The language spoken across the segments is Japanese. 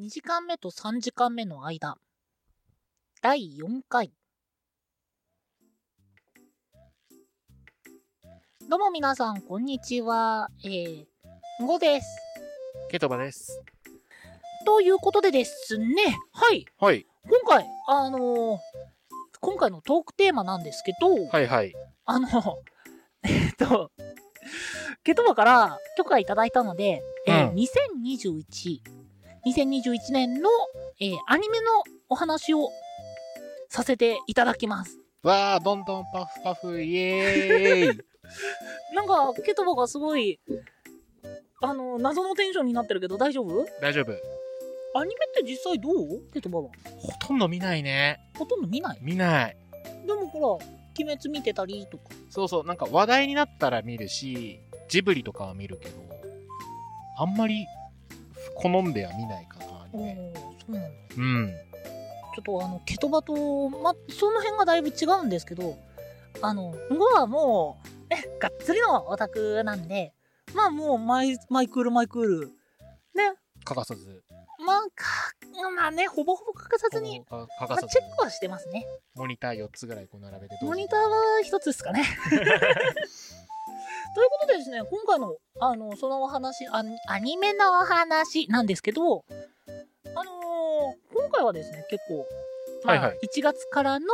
2時間目と3時間目の間第4回どうも皆さんこんにちはえー、ゴですケトバです。ということでですねはいはい。今回あのー今回のトークテーマなんですけど、はいはい。あの えっとケトバから許可いただいたので、えーうん2021 2021年の、えーアニメのお話をさせていただきますわあ、どんどんパフパフ、イエーイなんかケトバがすごいあの謎のテンションになってるけど大丈夫 大丈夫。アニメって実際どうケトバはほとんど見ないね。ほとんど見ない見ない。でもほら「鬼滅」見てたりとかそうそう、なんか話題になったら見るし、ジブリとかは見るけど、あんまり好んでは見ないかな、アニおメ。ーそうなんだうん。ちょっとあのケトバと、ま、その辺がだいぶ違うんですけどあのゴはもうえがっつりのオタクなんでまあもうマイマイクールマイクールね欠かさず。まあかまあねほぼほぼ欠かさずに、こうかま欠あ、かチェさず。ックはしてますねモニター4つぐらいこう並べてどうぞモニターは一つです かねということでですね今回のあのそのお話あアニメのお話なんですけどあのー今回はですね結構まあ、はいはい1月からの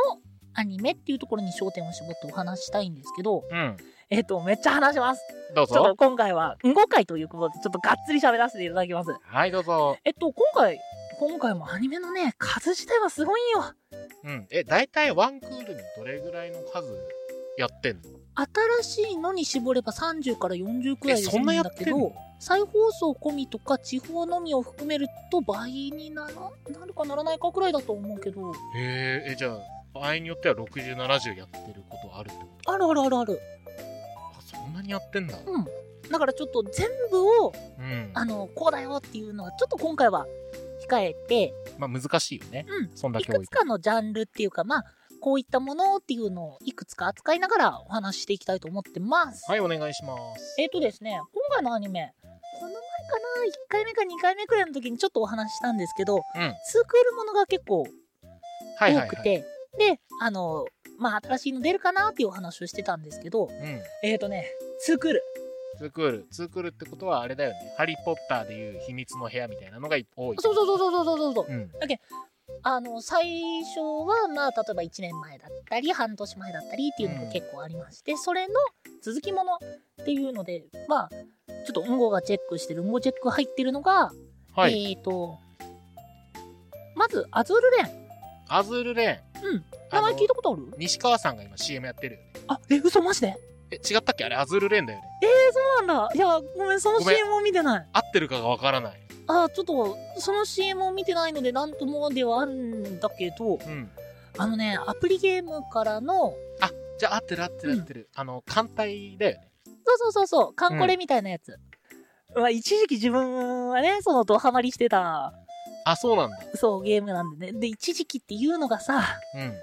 アニメっていうところに焦点を絞ってお話ししたいんですけど、うん。えっ、と、めっちゃ話します。どうちょっとぞ。今回は5回ということで、ちょっとがっつり喋らせていただきます。はい、どうぞ。えっと、今回、今回もアニメのね、数自体はすごいんよ。うん。え、大体ワンクールにどれぐらいの数やってんの新しいのに絞れば30から40くらえ、いでそ済んむなんやだっけてんどの、再放送込みとか地方のみを含めると倍にならなるかならないかくらいだと思うけど、へええじゃあ場合によっては6070やってることあるってこあるあるあるある。とあそんなにやってんだうん。だからちょっと全部をうんあの、こうだよっていうのは、ちょっと今回は控えて、まあ難しいよねうんそんだいけ多くいつかのジャンルっていうか、まあ、こういったものっていうのをいくつか扱いながらお話ししていきたいと思ってます。はいお願いしますえっ、とですね、今回のアニメ、この前かな、1回目か2回目くらいの時にちょっとお話ししたんですけど、うんツークールものが結構はいは多いくはいて、で、あの、まあ、新しいの出るかなっていうお話をしてたんですけど、うんえっ、とね、ツークール。ツークールツークールってことはあれだよねハリー・ポッターでいう秘密の部屋みたいなのが多いそうそうそうそうそうそうそう。うんあの最初はまあ例えば1年前だったり半年前だったりっていうのうがん結構ありまして、それの続きものっていうのでまあちょっとうんごがチェックしてるうんごチェック入ってるのが、はいえっ、とまず「アズールレンアズールレーンうんあ名の前聞いたことある西川さんが今 CM やってるよねあえ嘘マジでえ違ったっけあれアズールレーンだよねそうなんだいやごめんそのごめん CM を見てない合ってるかがわからないあちょっとその CM を見てないのでなんともではあるんだけどうんあのねアプリゲームからのあじゃあ合ってる合ってる合ってるあの艦隊だよねそうそうそうそう、カンコレみたいなやつ。まあ、一時期自分はね、そのドハマりしてた、あそうなんだそう、ゲームなんでね。で、一時期っていうのがさ、うん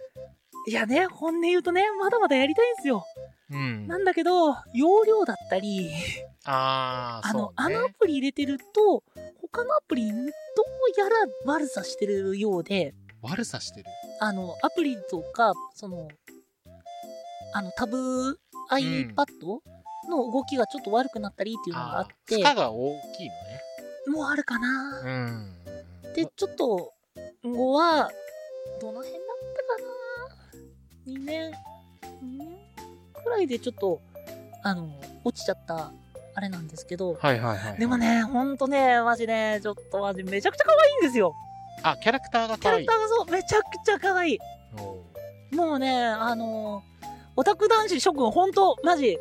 いやね、本音言うとね、まだまだやりたいんですよ。うんなんだけど、容量だったり、ああ、あそうの、ね。あのアプリ入れてると、他のアプリ、どうやら悪さしてるようで、悪さしてる。あの、アプリとか、その、あの、タブ iPad の動きがちょっと悪くなったりっていうのがあっあて、ー負荷が大きいもうあるかなのね。うん。で、ちょっと、後は、どの辺だったかな ?2 年、2年くらいでちょっと、あの、落ちちゃった、あれなんですけど、はいはいはい。でも。ね、ほんとね、マジね、ちょっとマジめちゃくちゃ可愛いんですよ。あ、キャラクターがキャ可ラ愛クいタ。ーがそう、めちゃくちゃ可愛い。おもうね、あの、オタク男子諸君、ほんと、マジ、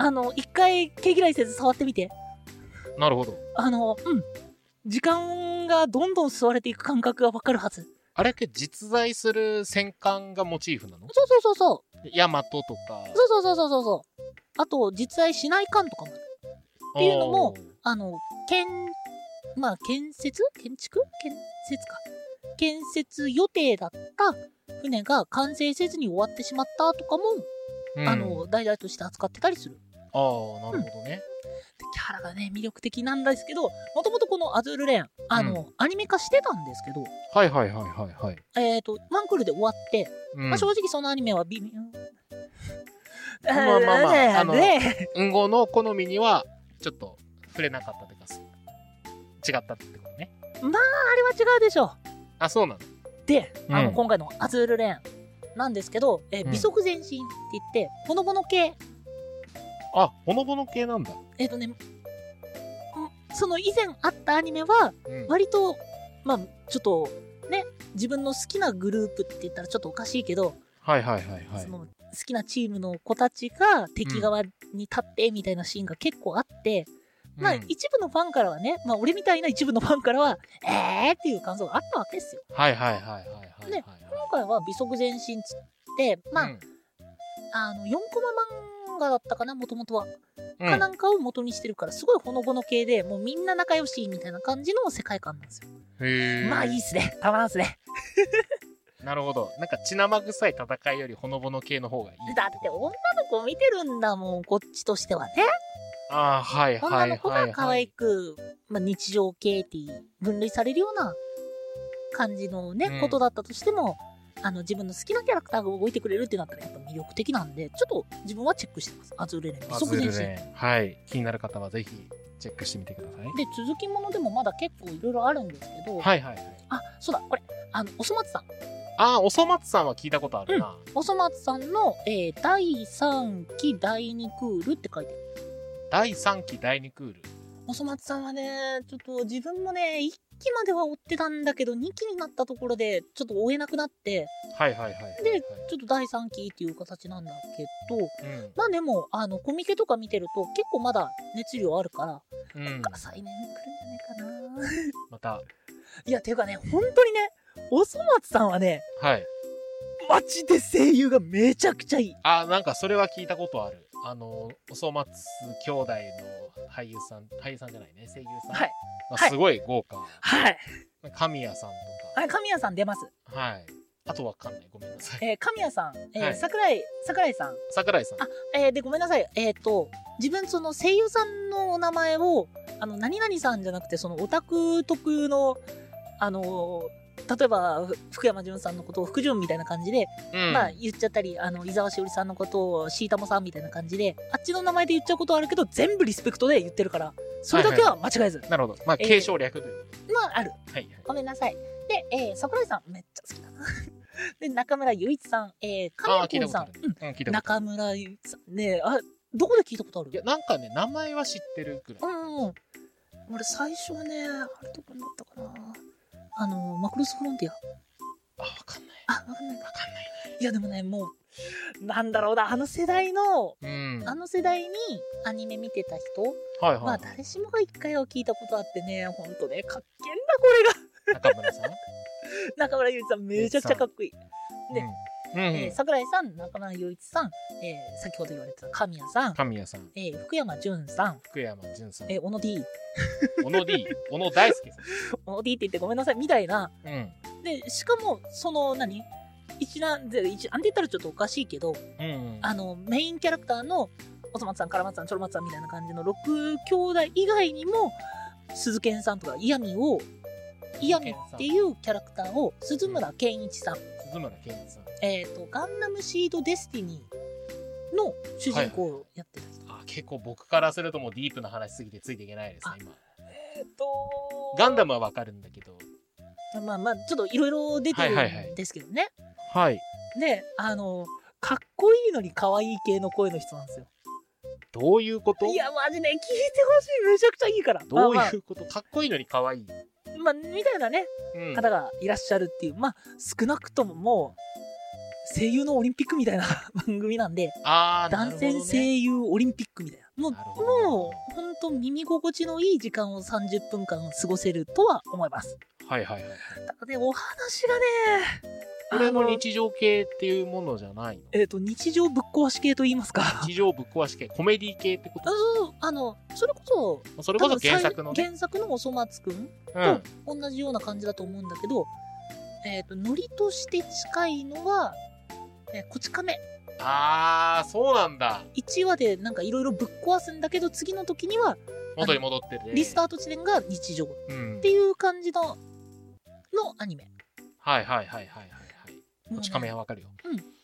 あの、一回毛嫌いせず触ってみて。ーなるほど。あの、うん。時間がどんどん吸われていく感覚がわかるはず。あれって実在する戦艦がモチーフなのそうそうそうそう。ヤマトとか。そうそうそうそうそうそう。あと、実在しない感とかもある。ていうのもおー。あの、建、まあ、建設建築建設か。建設予定だった船が完成せずに終わってしまったとかも、うんあの、、題材として扱ってたりする。ああ、なるほどね。でキャラがね、魅力的なんですけど、もともとこのアズールレーン、あの、アニメ化してたんですけど、はいはいはいはいはい。えっ、と、ワンクールで終わって、うんまあ、正直そのアニメは微妙。まあまあまあ あので、うんごの好みには、ちょっと触れなかったというか、違ったってことね。あれは違うでしょ。あ、そうなので、あの、うん今回のアズールレーンなんですけど、えうんー、微速前進って言って、ほのぼの系、あ、ほのぼの系なんだ。えっ、とね、んその以前あったアニメは、うん。割と、まあ、ちょっと、ね、自分の好きなグループって言ったらちょっとおかしいけど、はいはいはいはいそ。の好きなチームの子たちが敵側に立ってみたいなシーンが結構あって、まあうん一部のファンからはね、まあ俺みたいな一部のファンからは、えーっていう感想があったわけですよ。はいはいはいはいはいはい。ね今回は微速前進つって、まあ、うんあの、4コマ漫画だったかな、もともとは。うんかなんかを元にしてるから、すごいほのぼの系で、もうみんな仲良しみたいな感じの世界観なんですよ。へーまあいいっすね。たまらんっすね。なるほど。なんか血生臭い戦いよりほのぼの系の方がいい。だって女の子見てるんだもん、こっちとしてはね。あーはいはいは女い、はい。の子が可愛く、まあ、日常系って分類されるような感じのね、うんことだったとしても、あの、自分の好きなキャラクターが動いてくれるってなったらやっぱ魅力的なんで、ちょっと自分はチェックしてます。アズーレレン、ア即ズー前ル進。ね。はい。気になる方はぜひチェックしてみてください。で、続きものでもまだ結構いろいろあるんですけど、はいはいはい。あ、そうだ、これ、あの、おそ松さん。あー、おそ松さんは聞いたことあるな。おそ松さんの、えー第3期第2クールって書いてある。第3期第2クール。おそ松さんはね、ちょっと自分もね、1期までは追ってたんだけど、2期になったところで、ちょっと追えなくなって、はいはいはいはい、はい。で、ちょっと第3期っていう形なんだけど、うんまあでも、あの、コミケとか見てると結構まだ熱量あるから、うん、再燃来るんじゃないかな。また、 いや、ていうかね、本当にね、おそ松さんはね、はい。マジで声優がめちゃくちゃいい。あ、なんかそれは聞いたことある。あの、おそ松兄弟の俳優さん、俳優さんじゃないね、声優さん。はい。まあはいすごい豪華。はい。神谷さんあれ、神谷さん出ます。とか。はい。あとわかんない。ごめんなさい。えー神谷さん、えーはい桜井、桜井さん。桜井さん。あえーで、ごめんなさい。えっ、と、自分その声優さんのお名前を、あの、何々さんじゃなくて、そのオタク特の、あのー例えば、ふ福山潤さんのことを福潤みたいな感じで、うん。まあ言っちゃったり、あの、伊沢しおりさんのことをシータモさんみたいな感じで、あっちの名前で言っちゃうことはあるけど、全部リスペクトで言ってるから、それだけは間違えず。なるほど。まあ、えー継承略というこまあある。と。はいはい。ごめんなさい。で、えー桜井さん、めっちゃ好きだな。 で、中村雄一さん、えー、神ああ、聞い谷た君ことさん、あるう。んうん、聞いたことあ中る。村ゆうきさんねえあどこで聞いたことあるいや、なんかね、名前は知ってるくらい。うんうん俺最初はねあれどこになったかなあのマクロスフロンティアあ、わかんない。あわかんないかわかんない。いやでもねもうなんだろうなあの世代のうん。あの世代にアニメ見てた人はいまはあい。誰しもが一回は聞いたことあってねほんとねかっけんだこ中村さん。れが中村雄一さんめちゃくちゃかっこいい、 でうん。うん。えー桜井さん中村雄一さん、えー先ほど言われてた神谷さん、神谷さん、えー福山潤さん、福山潤さん、えー、小野 D 小 野 D、小野大輔さ。小野 D って言ってごめんなさいみたいなんうん。で、しかも、その、何一覧、で一覧で言ったらちょっとおかしいけど、うん。あの、メインキャラクターの、おそ松さん、からまつさん、ちょろまつさんみたいな感じの6兄弟以外にも、鈴賢さんとか、イヤミを、イヤミっていうキャラクターを、鈴村健一さん、鈴村健一さん。えっ、と、ガンダムシードデスティニーの主人公をやってる人。あ、結構僕からするともうディープな話すぎてついていけないですねあ、今。えっ、とガンダムはわかるんだけど。まあまあ、ちょっといろいろ出てるはいはいはいんですけどね。はい。で、あの、かっこいいのに可愛い系の声の人なんですよ。どういうこといや、マジね、聞いてほしい。めちゃくちゃいいから。どうまあいうことかっこいいのに可愛い。まあ、まあみたいなね、うん。方がいらっしゃるっていう。まあ、少なくとももう、声優のオリンピックみたいな 番組なんで、あー、なる男ほどね性声優オリンピックみたいな。もう、なるほどもう、ほんと耳心地のいい時間を30分間過ごせるとは思います。はいはいはい。ただね、お話がね、これもあの日常系っていうものじゃないのえっ、と、日常ぶっ壊し系と言いますか。あ日常ぶっ壊し系、コメディ系ってこそうあの、それこそ、とそれこそ原作の多分最ね。原作のおそ松くんうとん。同じような感じだと思うんだけど、えっ、と、ノリとして近いのは、えーこち亀。あー、そうなんだ。 1話でなんかいろいろぶっ壊すんだけど、次の時には、元に戻ってて。リスタート地点が日常っうんて。いう感じの、のアニメ。はいはいはいはいはいはい。こち亀はわかるよ。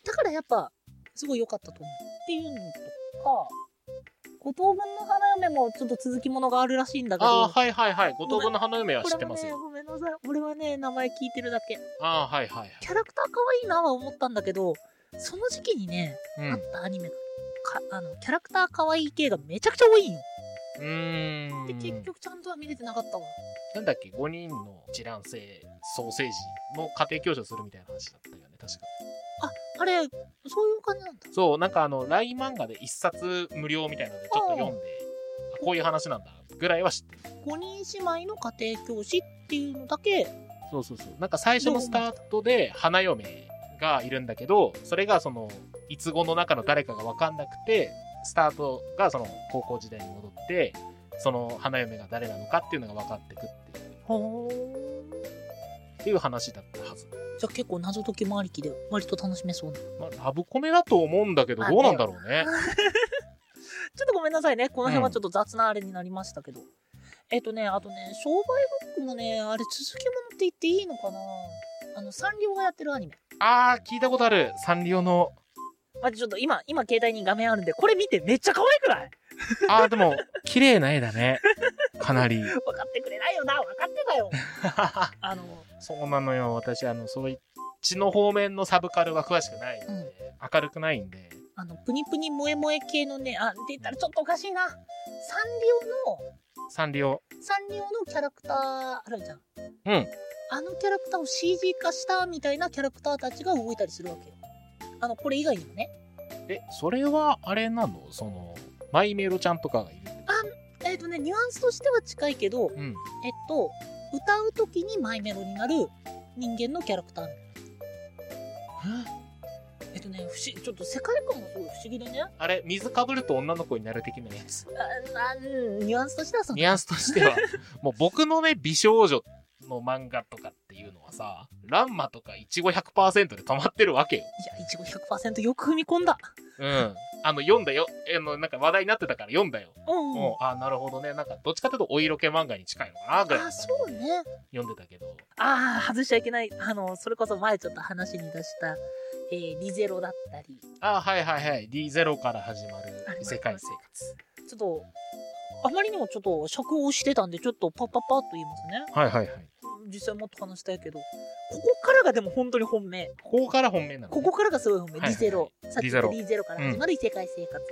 だからやっぱ、すごい良かったと思う。っていうのとか、五等分の花嫁もちょっと続きものがあるらしいんだけど、ああ、はいはいはい。五等分の花嫁はこ知れってもますね、よ。ごめんなさい。俺はね、名前聞いてるだけ。ああ、はいはいキャラクター可愛いなは思ったんだけど、その時期にね、はい。あったアニメが、かあの、キャラクター可愛い系がめちゃくちゃ多いんよ。うん。うーん。で、結局ちゃんとは見れてなかったわ。なんだっけ、5人の一卵性ソーセージの家庭教師をするみたいな話だったよね、確か。あれ、そういう感じなんだ。そう、なんかあの、LINE 漫画で一冊無料みたいので、ちょっと読んで、あこういう話なんだ、ぐらいは知ってる。 5人姉妹の家庭教師っていうのだけ、そうそうそう。なんか最初のスタートで、花嫁がいるんだけど、それがその、いつごの中の誰かがわかんなくて、スタートがその、高校時代に戻って、その花嫁が誰なのかっていうのが分かってくっていう、ほっていう話だったはず。じゃあ結構謎解き回りきで割と楽しめそうな。ちょまあ、ラブコメだと思うんだけど、まあどうなんだろうね。っとごめんなさいね。この辺うはんちょっと雑なあれになりましたけど。えっとね、あとね、商売ブックもね、あれ続きものって言っていいのかなあの、サンリオがやってるアニメ。あー、聞いたことある。サンリオの。待って、ちょっと今、今携帯に画面あるんで、これ見てめっちゃ可愛くない あー、でも、綺麗な絵だね。かな り。分かってくれないよな、分かってたよ。あの、そうなのよ。私、あの、そうい血の方面のサブカルは詳しくないんで、うん明るくないんで。あの、プニプニ萌え萌え系のね、あ、って言ったらちょっとおかしいな。サンリオサンリオ。の、サンリオのキャラクターあるじゃん。うん。あのキャラクターを CG 化したみたいなキャラクターたちが動いたりするわけよ。あの、これ以外にもね。え、それは、あれなのその、マイメロちゃんとかがいる。えっ、とね、ニュアンスとしては近いけど、うん。えっと、歌う時にマイメロになる人間のキャラクター。えっとね、不思議、ちょっと世界観がすごい不思議でね。あれ、水かぶると女の子になる的なやつ。ああうんニュアンスとしてはそのニュアンスとして は、もう僕のね、美少女の漫画とかっていうのはさ、ランマとかイチゴ100%で止まってるわけよ。いや、いちご100%よく踏み込んだ。うん。あの、読んだよ。え、あの、なんか話題になってたから読んだよ。うんうん。もう、あ、なるほどね。なんか、どっちかというとお色気漫画に近いのかな、ぐらいのあ、そうね。読んでたけど。ああ、外しちゃいけない。あの、それこそ前ちょっと話に出した、えー、リゼロだったり、あ、はいはいはい。D0 から始まる異世界生活。ちょっと、あまりにもちょっと尺を押してたんで、ちょっとパッパッパッと言いますね。はいはいはい。実際もっと話したいけど、ここからがでも本当に本命。ここから本命なの、ね、ここからがすごい本命。はいはいリゼロ。さっき言ったリリゼロから始まる異世界生活。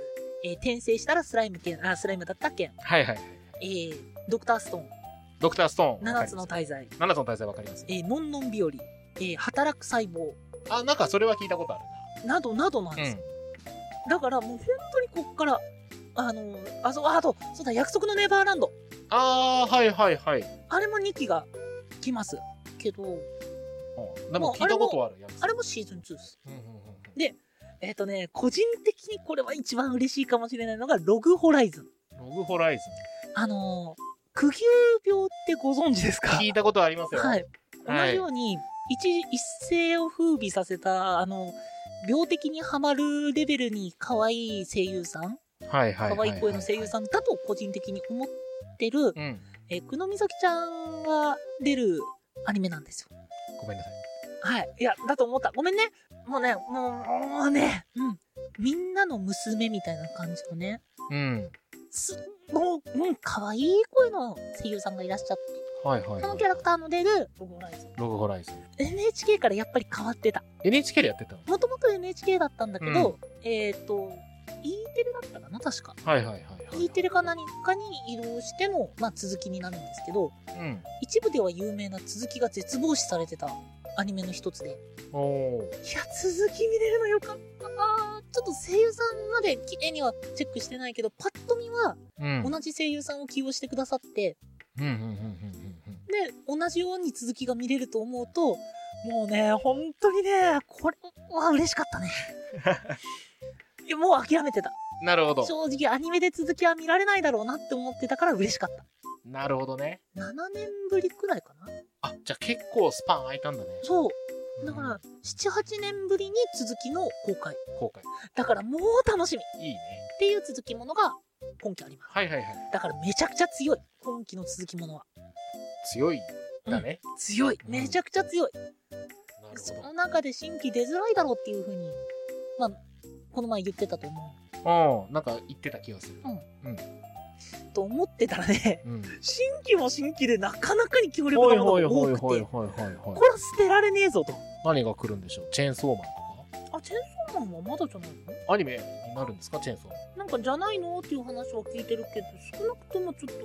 えー転生したらスライム剣、あ、スライムだった剣。はいはい。えー、ドクターストーン、ドクターストーン。 7つの大大罪。 7つの大罪わかります、えー、のんのん日和、えー、働く細胞、あ、なんかそれは聞いたことあなどなどなんるでな。すうよん。だからもう本当にこっから、あの、あ、そう、ああと、そうだ、約束のネバーランド。あー、はいはいはい。あれも2期が来ます。けど、うんでも聞いたことはあるやつ。あれもシーズン2です。うんうんうんうんえっ、とね、個人的にこれは一番嬉しいかもしれないのが、ログホライズン。ログホライズあのー、苦牛病ってご存知ですン。か聞いたことありますよ。はい。同はいじように、一、一世を風靡させた、あの、病的にはまるレベルに可愛い声優さん、はいは可愛い声の声優さんだと個人的に思ってる、ん。うん。えー、久野美咲ちゃんが出るアニメなんですよ。ごめんなさい。はい。いや、だと思った。ごめんね。もうね、もう、もうね、うん。みんなの娘みたいな感じのね、うん。す、もう、うん、可愛い声の声優さんがいらっしゃって、はいはい、はい。そのキャラクターの出る、ロゴライズログホライズン。 NHK からやっぱり変わってた。 NHK でやってたのもともと NHK だったんだけど、えっ、と、E テレだったかな、確か。はいはいはい、はい。 E テレか何かに移動しての、まあ、続きになるんですけど、うん。一部では有名な続きが絶望視されてたアニメの一つで、おおいー。や、続き見れるのよかったなちょっと声優さんまで綺麗にはチェックしてないけど、パッと見はうん。同じ声優さんを起用してくださって、うんうんうんうんうんうん。で、同じように続きが見れると思うと、もうね、本当にね、これは嬉しか ったね。いや、もう諦めてた。なるほど。正直アニメで続きは見られないだろうなって思ってたから嬉しかった。なるほどね。 7年ぶりくらいかなあ、じゃあ結構スパン空いたんだね。そう。だかうんら、7、8年ぶりに続きの公開。後悔。だからもう楽しみ。いいね。っていう続きものがも今期あります。はいはいはい。だからめちゃくちゃ強い。今期の続きものは。強いんだね。強い。めちゃくちゃ強い。なるその中で新規出づらいだろうっていうふうに、まあ、この前言ってたと思ほど。うん。なんか言ってた気がする。う。と思ってたらね、うん。新規も新規でなかなかに強力ほないもほいのがほい多ほいくて、ほいほいほいこ。れは捨てられねえぞと。何が来るんでしょうチェーンソーマンとあ、チェンソーマンはまだじゃないのかアニメになるんですかチェーンソーマン。なんかじゃないのっていう話は聞いてるけど、少なくともちょっと、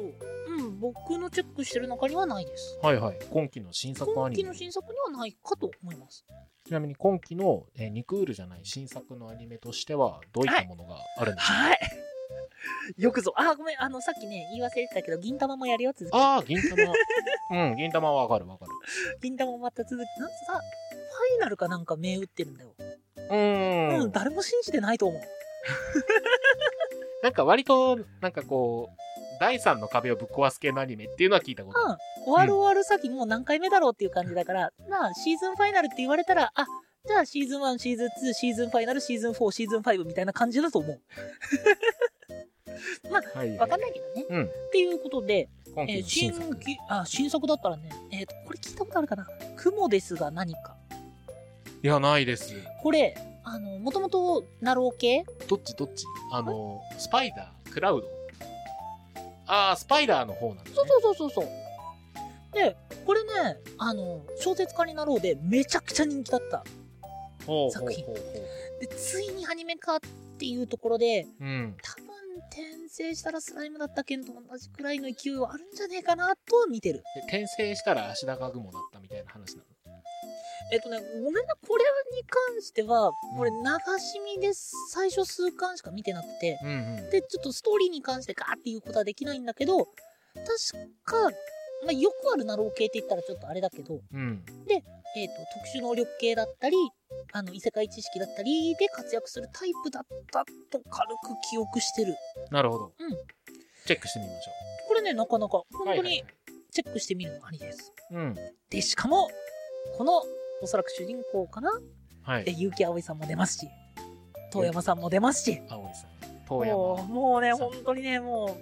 うん、僕のチェックしてる中にはないです。はいはい。今期の新作ア今ニ期メの。新作にはないかと思います。ちなみに今期の、えーニクールじゃない新作のアニメとしては、どういったものがあるんでしょう、はい。よくぞ。あ、ごめん。あの、さっきね、言い忘れてたけど、銀玉もやるよ、続き。ああ、銀玉。うん、銀玉はわかるわかる。銀玉もまた続き。なんかさ、ファイナルかなんか銘打ってるんだよ。うーん。うん、誰も信じてないと思う。なんか割と、なんかこう、第三の壁をぶっ壊す系のアニメっていうのは聞いたことある。うん、終わる終わる先もう何回目だろうっていう感じだから、まあ、シーズンファイナルって言われたら、あ、じゃあシーズン1、シーズン2、シーズンファイナル、シーズン4、シーズン5みたいな感じだと思う。はい、わかんないけどね。うんっていうことで、今えー期の新新作。規あ、新作だったらね、えっ、と、これ聞いたことあるかな雲ですが何か。いや、ないです。これ、あの、もともと、ナロー系どっちどっちあの、スパイダー、クラウド。ああ、スパイダーの方なんだ、ね。そうそうそうそうそう。で、これね、あの、小説家になろうで、めちゃくちゃ人気だった。ほうほ作う品ほうほで、ついにアニメ化っていうところで、う。うん。多分転生したらスライムだった件と同じくらいの勢いはあるんじゃねえかなとは見てる。で転生したら足高雲だったみたいな話なの。えっとね、ごめんな、これに関しては、これう流し見で最初数巻しか見てなくて、うんうん。で、ちょっとストーリーに関してガーっていうことはできないんだけど、確か、まあ、よくあるナロー系って言ったらちょっとあれだけど、うん。えっ、と、特殊能力系だったり、あの、異世界知識だったりで活躍するタイプだったと軽く記憶してる。なるほど。うんチェックしてみましょこれね、なかなか、う。本当はいにチェックしてみるのありです。はいはい。うん。で、しかも、この、おそらく主人公かなはで、い。結城葵さんも出ますし、遠山さんも出ますし、青いさん。遠山。もう、もうね、そう本当にね、も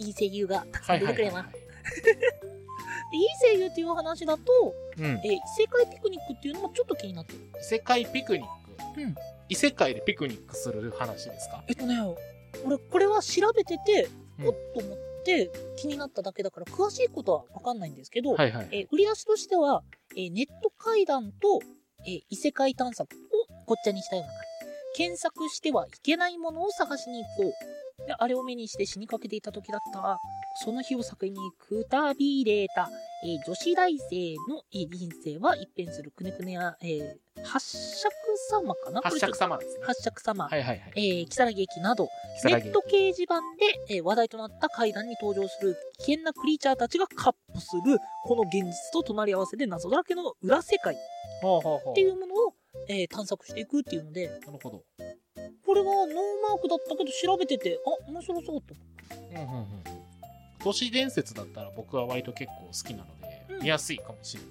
う、いい声優がたくさはん出いはていくれはいますは。でいい声優っていう話だと、い。うんえ。ー異世界ピクニックっていうのもちょっと気になってる。異世界ピクニック。うん異世界でピクニックする話ですかえっとね、俺、これは調べてて、うんおっと思って気になっただけだから、詳しいことはわかんないんですけど、はいはい。えー売り出しとしては、えーネット会談と、えー異世界探索をごっちゃにしたような感じ。検索してはいけないものを探しに行こう。で、あれを目にして死にかけていた時だった。その日を境にくたびれた、えー女子大生の、えー人生は一変するくねくねや、えー八尺様かな八尺こ様ですれね。八尺様。はいはいはい。えー、キサラギ駅など、如ネ月駅ット掲示板で、えー話題となった階段に登場する危険なクリーチャーたちがカップする、この現実と隣り合わせで謎だらけの裏世界っほうほうほう。ていうものを、えー探索していくっていうので、なるほど。これがノーマークだったけど調べてて、あ、面白そうと。うんうんうん。都市伝説だったら僕は割と結構好きなので、うん見やすいかもしれ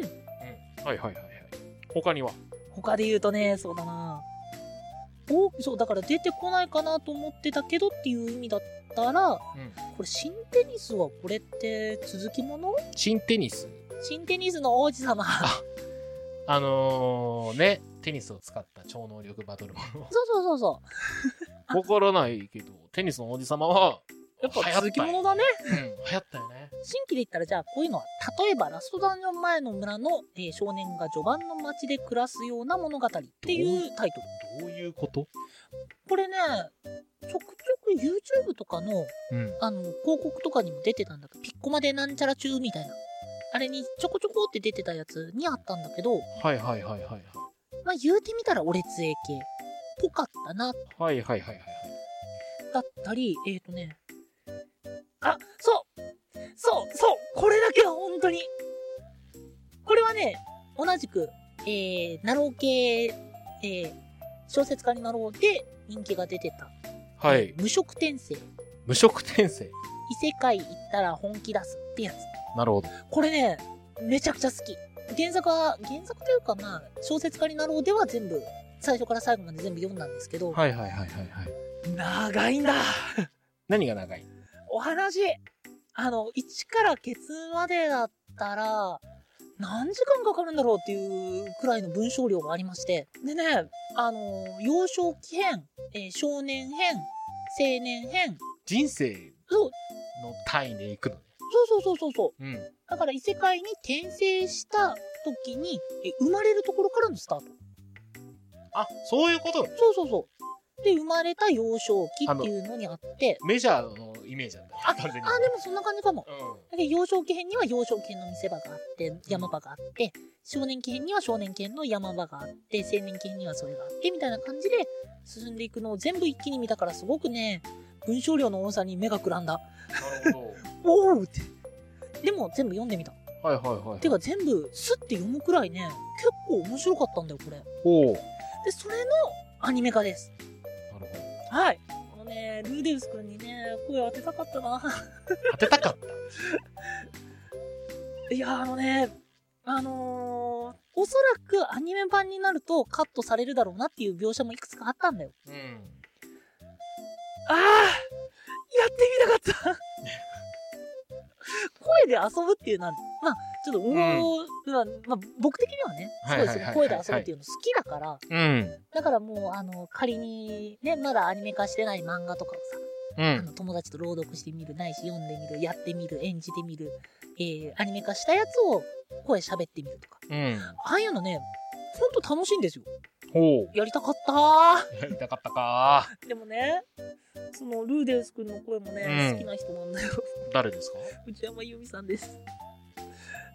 ない。うん。うん。はいはいはいはい。他には他で言うとね、そうだなおそう、だから出てこないかなと思ってたけどっていう意味だったら、これ新テニスはこれって続きもの新テニス。新テニスの王子様。あのー、ね、テニスを使った超能力バトルもの。そうそうそうそう。わからないけど、テニスの王子様は、やっぱ流行続きたものよだね。うん、流行ったよね。新規で言ったらじゃあこういうのは、例えばラストダンジョン前の村の、えー少年が序盤の街で暮らすような物語っていうタイトル。どういうことこれね、ちょくちょく YouTube とかの、うん。あの、広告とかにも出てたんだけど、ピッコマでなんちゃら中みたいな。あれにちょこちょこって出てたやつにあったんだけど、はいはいはいはいはい。まあ言うてみたら俺つえ系。ぽかったな、はいはいはいはい。だったり、えっ、ー、とね。あ、そうそうそうこれだけは本当にこれはね、同じく、えー、ナロー系、えー、小説家になろうで人気が出てた。はい。無職転生。異無色転生。世界行ったら本気出すってやつ。なるほど。これね、めちゃくちゃ好き。原作は、原作というかまあ、小説家になろうでは全部、最初から最後まで全部読んだんですけど、はいはいはいはいはい。長いんだ何が長いお話、あの、1からケツまでだったら、何時間かかるんだろうっていうくらいの文章量がありまして。でね、あの、幼少期編、えー少年編、青年編、人生そう、の単位でいくのね。そうそうそうそうそう。うん。だから異世界に転生した時に、えー生まれるところからのスタート。あ、そういうことねそうそうそう。で、生まれた幼少期っていうのにあって、メジャーのイメージなんだよ。 あ、あ完全に。でもそんな感じかも。うん。で幼少期編には幼少期編の見せ場があって山場があって少年期編には少年期編の山場があって青年期編にはそれがあってみたいな感じで進んでいくのを全部一気に見たからすごくね文章量の多さに目がくらんだなるほおおってでも全部読んでみたど。はいはいはい。てか全部スッて読むくらいね結構面白かったんだよこれおお。なでそれのアニメ化でするほど。はいあのねルーデウス君にね声当てたかったな当てたかった。いや、あのね、あのーおそらくアニメ版になるとカットされるだろうなっていう描写もいくつかあったんだよ。うん。ああやってみたかった 声で遊ぶっていうのは、まあ、ちょっと、うーん、まあ、まあ、僕的にはね、すごいその声で遊ぶっていうの好きだから、うん。だからもう、あの、仮にね、まだアニメ化してない漫画とかをさ、うあん。の友達と朗読してみるないし読んでみるやってみる演じてみる、えーアニメ化したやつを声喋ってみるとかうん。ああいうのねほんと楽しいんですよほう。やりたかったーやりたかったかでもねそのルーデウス君の声もね、うん好きな人なんだよー。誰ですか内山由美さんですって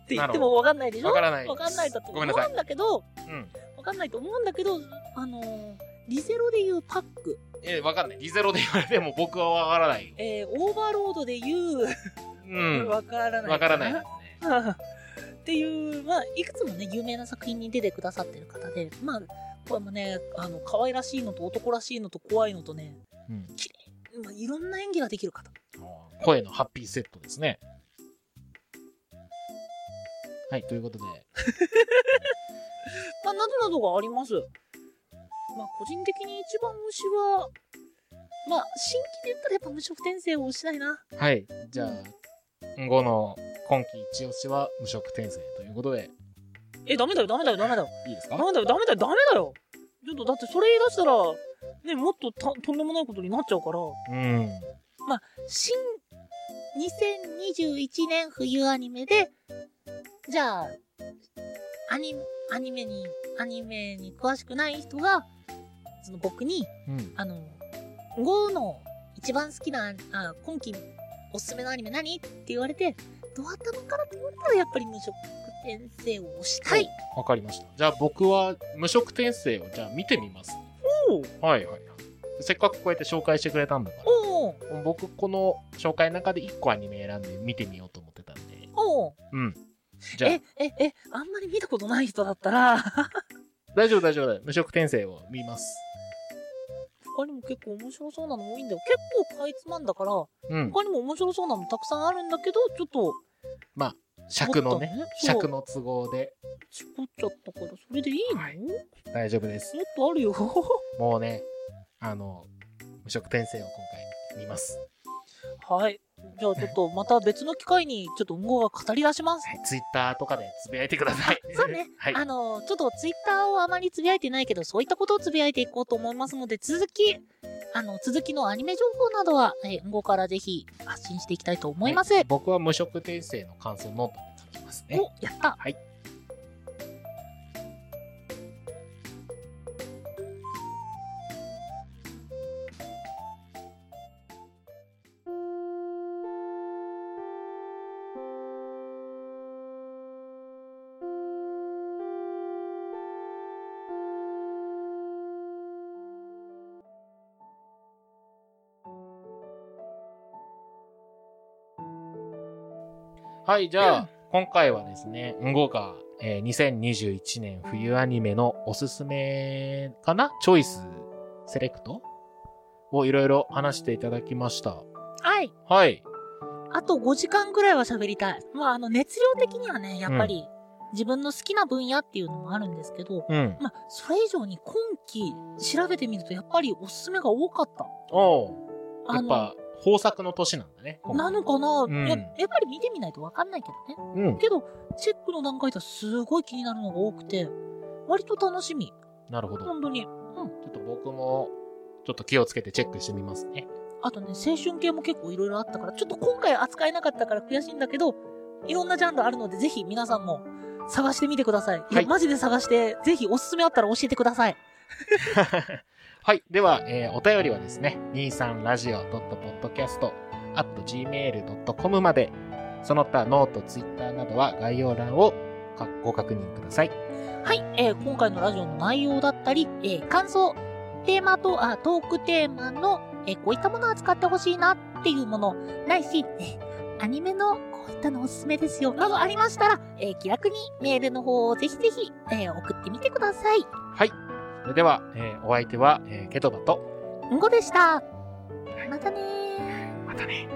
言なっるてほども分かんないでしょわからないです分かんないだと思ごうめんんなさいだけどうん。分かんないと思うんだけどあのーリゼロでいうパック、え、わかんない。リゼロで言われても僕はわからないよ。えーオーバーロードでいう、 うん。わ分からないからないですね。 っていう、まあ、いくつもね、有名な作品に出てくださってる方で、まあ、これもね、あの、可愛らしいのと男らしいのと怖いのとね、うん。まあ、いろんな演技ができる方。声のハッピーセットですね。はい、ということで、まあ、などなどがあります。まあ、個人的に一番推しは、まあ、新規で言ったらやっぱ無職転生を推したいな。はい、じゃあ、今後の今期一押しは無職転生ということで、え、ダメだよ、ダメだよ、ダメだよ。いいですダかメだよ、ダメだよ、ダメだよ。ちょっと、だってそれ言い出したら、ね、もっとたとんでもないことになっちゃうから。うん。新2021年冬アニメで、じゃあ、アニアニメに、アニメに詳しくない人が、その僕に、うん。あの、GO の一番好きな、あ今季おすすめのアニメ何って言われて、ドア玉からって言われたらやっぱり無職転生を推したい。わかりました。じゃあ僕は無職転生をじゃあ見てみます。おうはいはい。せっかくこうやって紹介してくれたんだから、おう僕この紹介の中で1個アニメ選んで見てみようと思ってたんで、おううん。じゃあえ、、え、え、あんまり見たことない人だったら、 大丈夫大丈夫大丈夫。無職転生を見ます。他にも結構面白そうなの多いんだよ。結構かいつまんだから、うん。他にも面白そうなのたくさんあるんだけど、ちょっと、尺のねもっとね、そう尺の都合で絞っちゃったから、それでいいの、はいもっ大丈夫です。とある よ。もうね、あの、無職転生を今回見ます。はい。じゃあちょっと、また別の機会に、ちょっと運動が語り出します。はい、ツイッターとかでつぶやいてください。そうね はい。あの、ちょっとツイッターをあまりつぶやいてないけど、そういったことをつぶやいていこうと思いますので、続き、あの、続きのアニメ情報などは、え、運動からぜひ発信していきたいと思います。は僕は無職転生の感想ノートに書きますね。お、やった。はい。はい、じゃあ、今回はですね、うんごが、えー2021年冬アニメのおすすめかなチョイス、セレクトをいろいろ話していただきました。はい。はい。あと5時間ぐらいは喋りたい。まあ、あの、熱量的にはね、やっぱり、自分の好きな分野っていうのもあるんですけど、うん。まあ、それ以上に今期調べてみると、やっぱりおすすめが多かった。おうやあっの、ぱ、豊作の年なんだね。今回なのかな、んいややっぱり見てみないとわかんないけどね。うん。けど、チェックの段階ではすごい気になるのが多くて、割と楽しみ。なるほど。ちょ本当に。っと僕も、ちょっと気をつけてチェックしてみます ね。あとね、青春系も結構いろいろあったから、ちょっと今回扱えなかったから悔しいんだけど、いろんなジャンルあるので、ぜひ皆さんも探してみてください。いや、はいマジで探して、ぜひおすすめあったら教えてください。はい。では、えーお便りはですね、23radio.podcast.gmail.com まで、その他ノート、ツイッターなどは概要欄をかご確認ください。はい、えー今回のラジオの内容だったり、えー感想、テーマと、あ、トークテーマの、えーこういったものを扱ってほしいなっていうもの、ないし、えーアニメのこういったのおすすめですよ、などありましたら、えー気楽にメールの方をぜひぜひ、えー送ってみてください。はい。それでは、えーお相手は、えーケトバと、うんごでした。またねー。またね。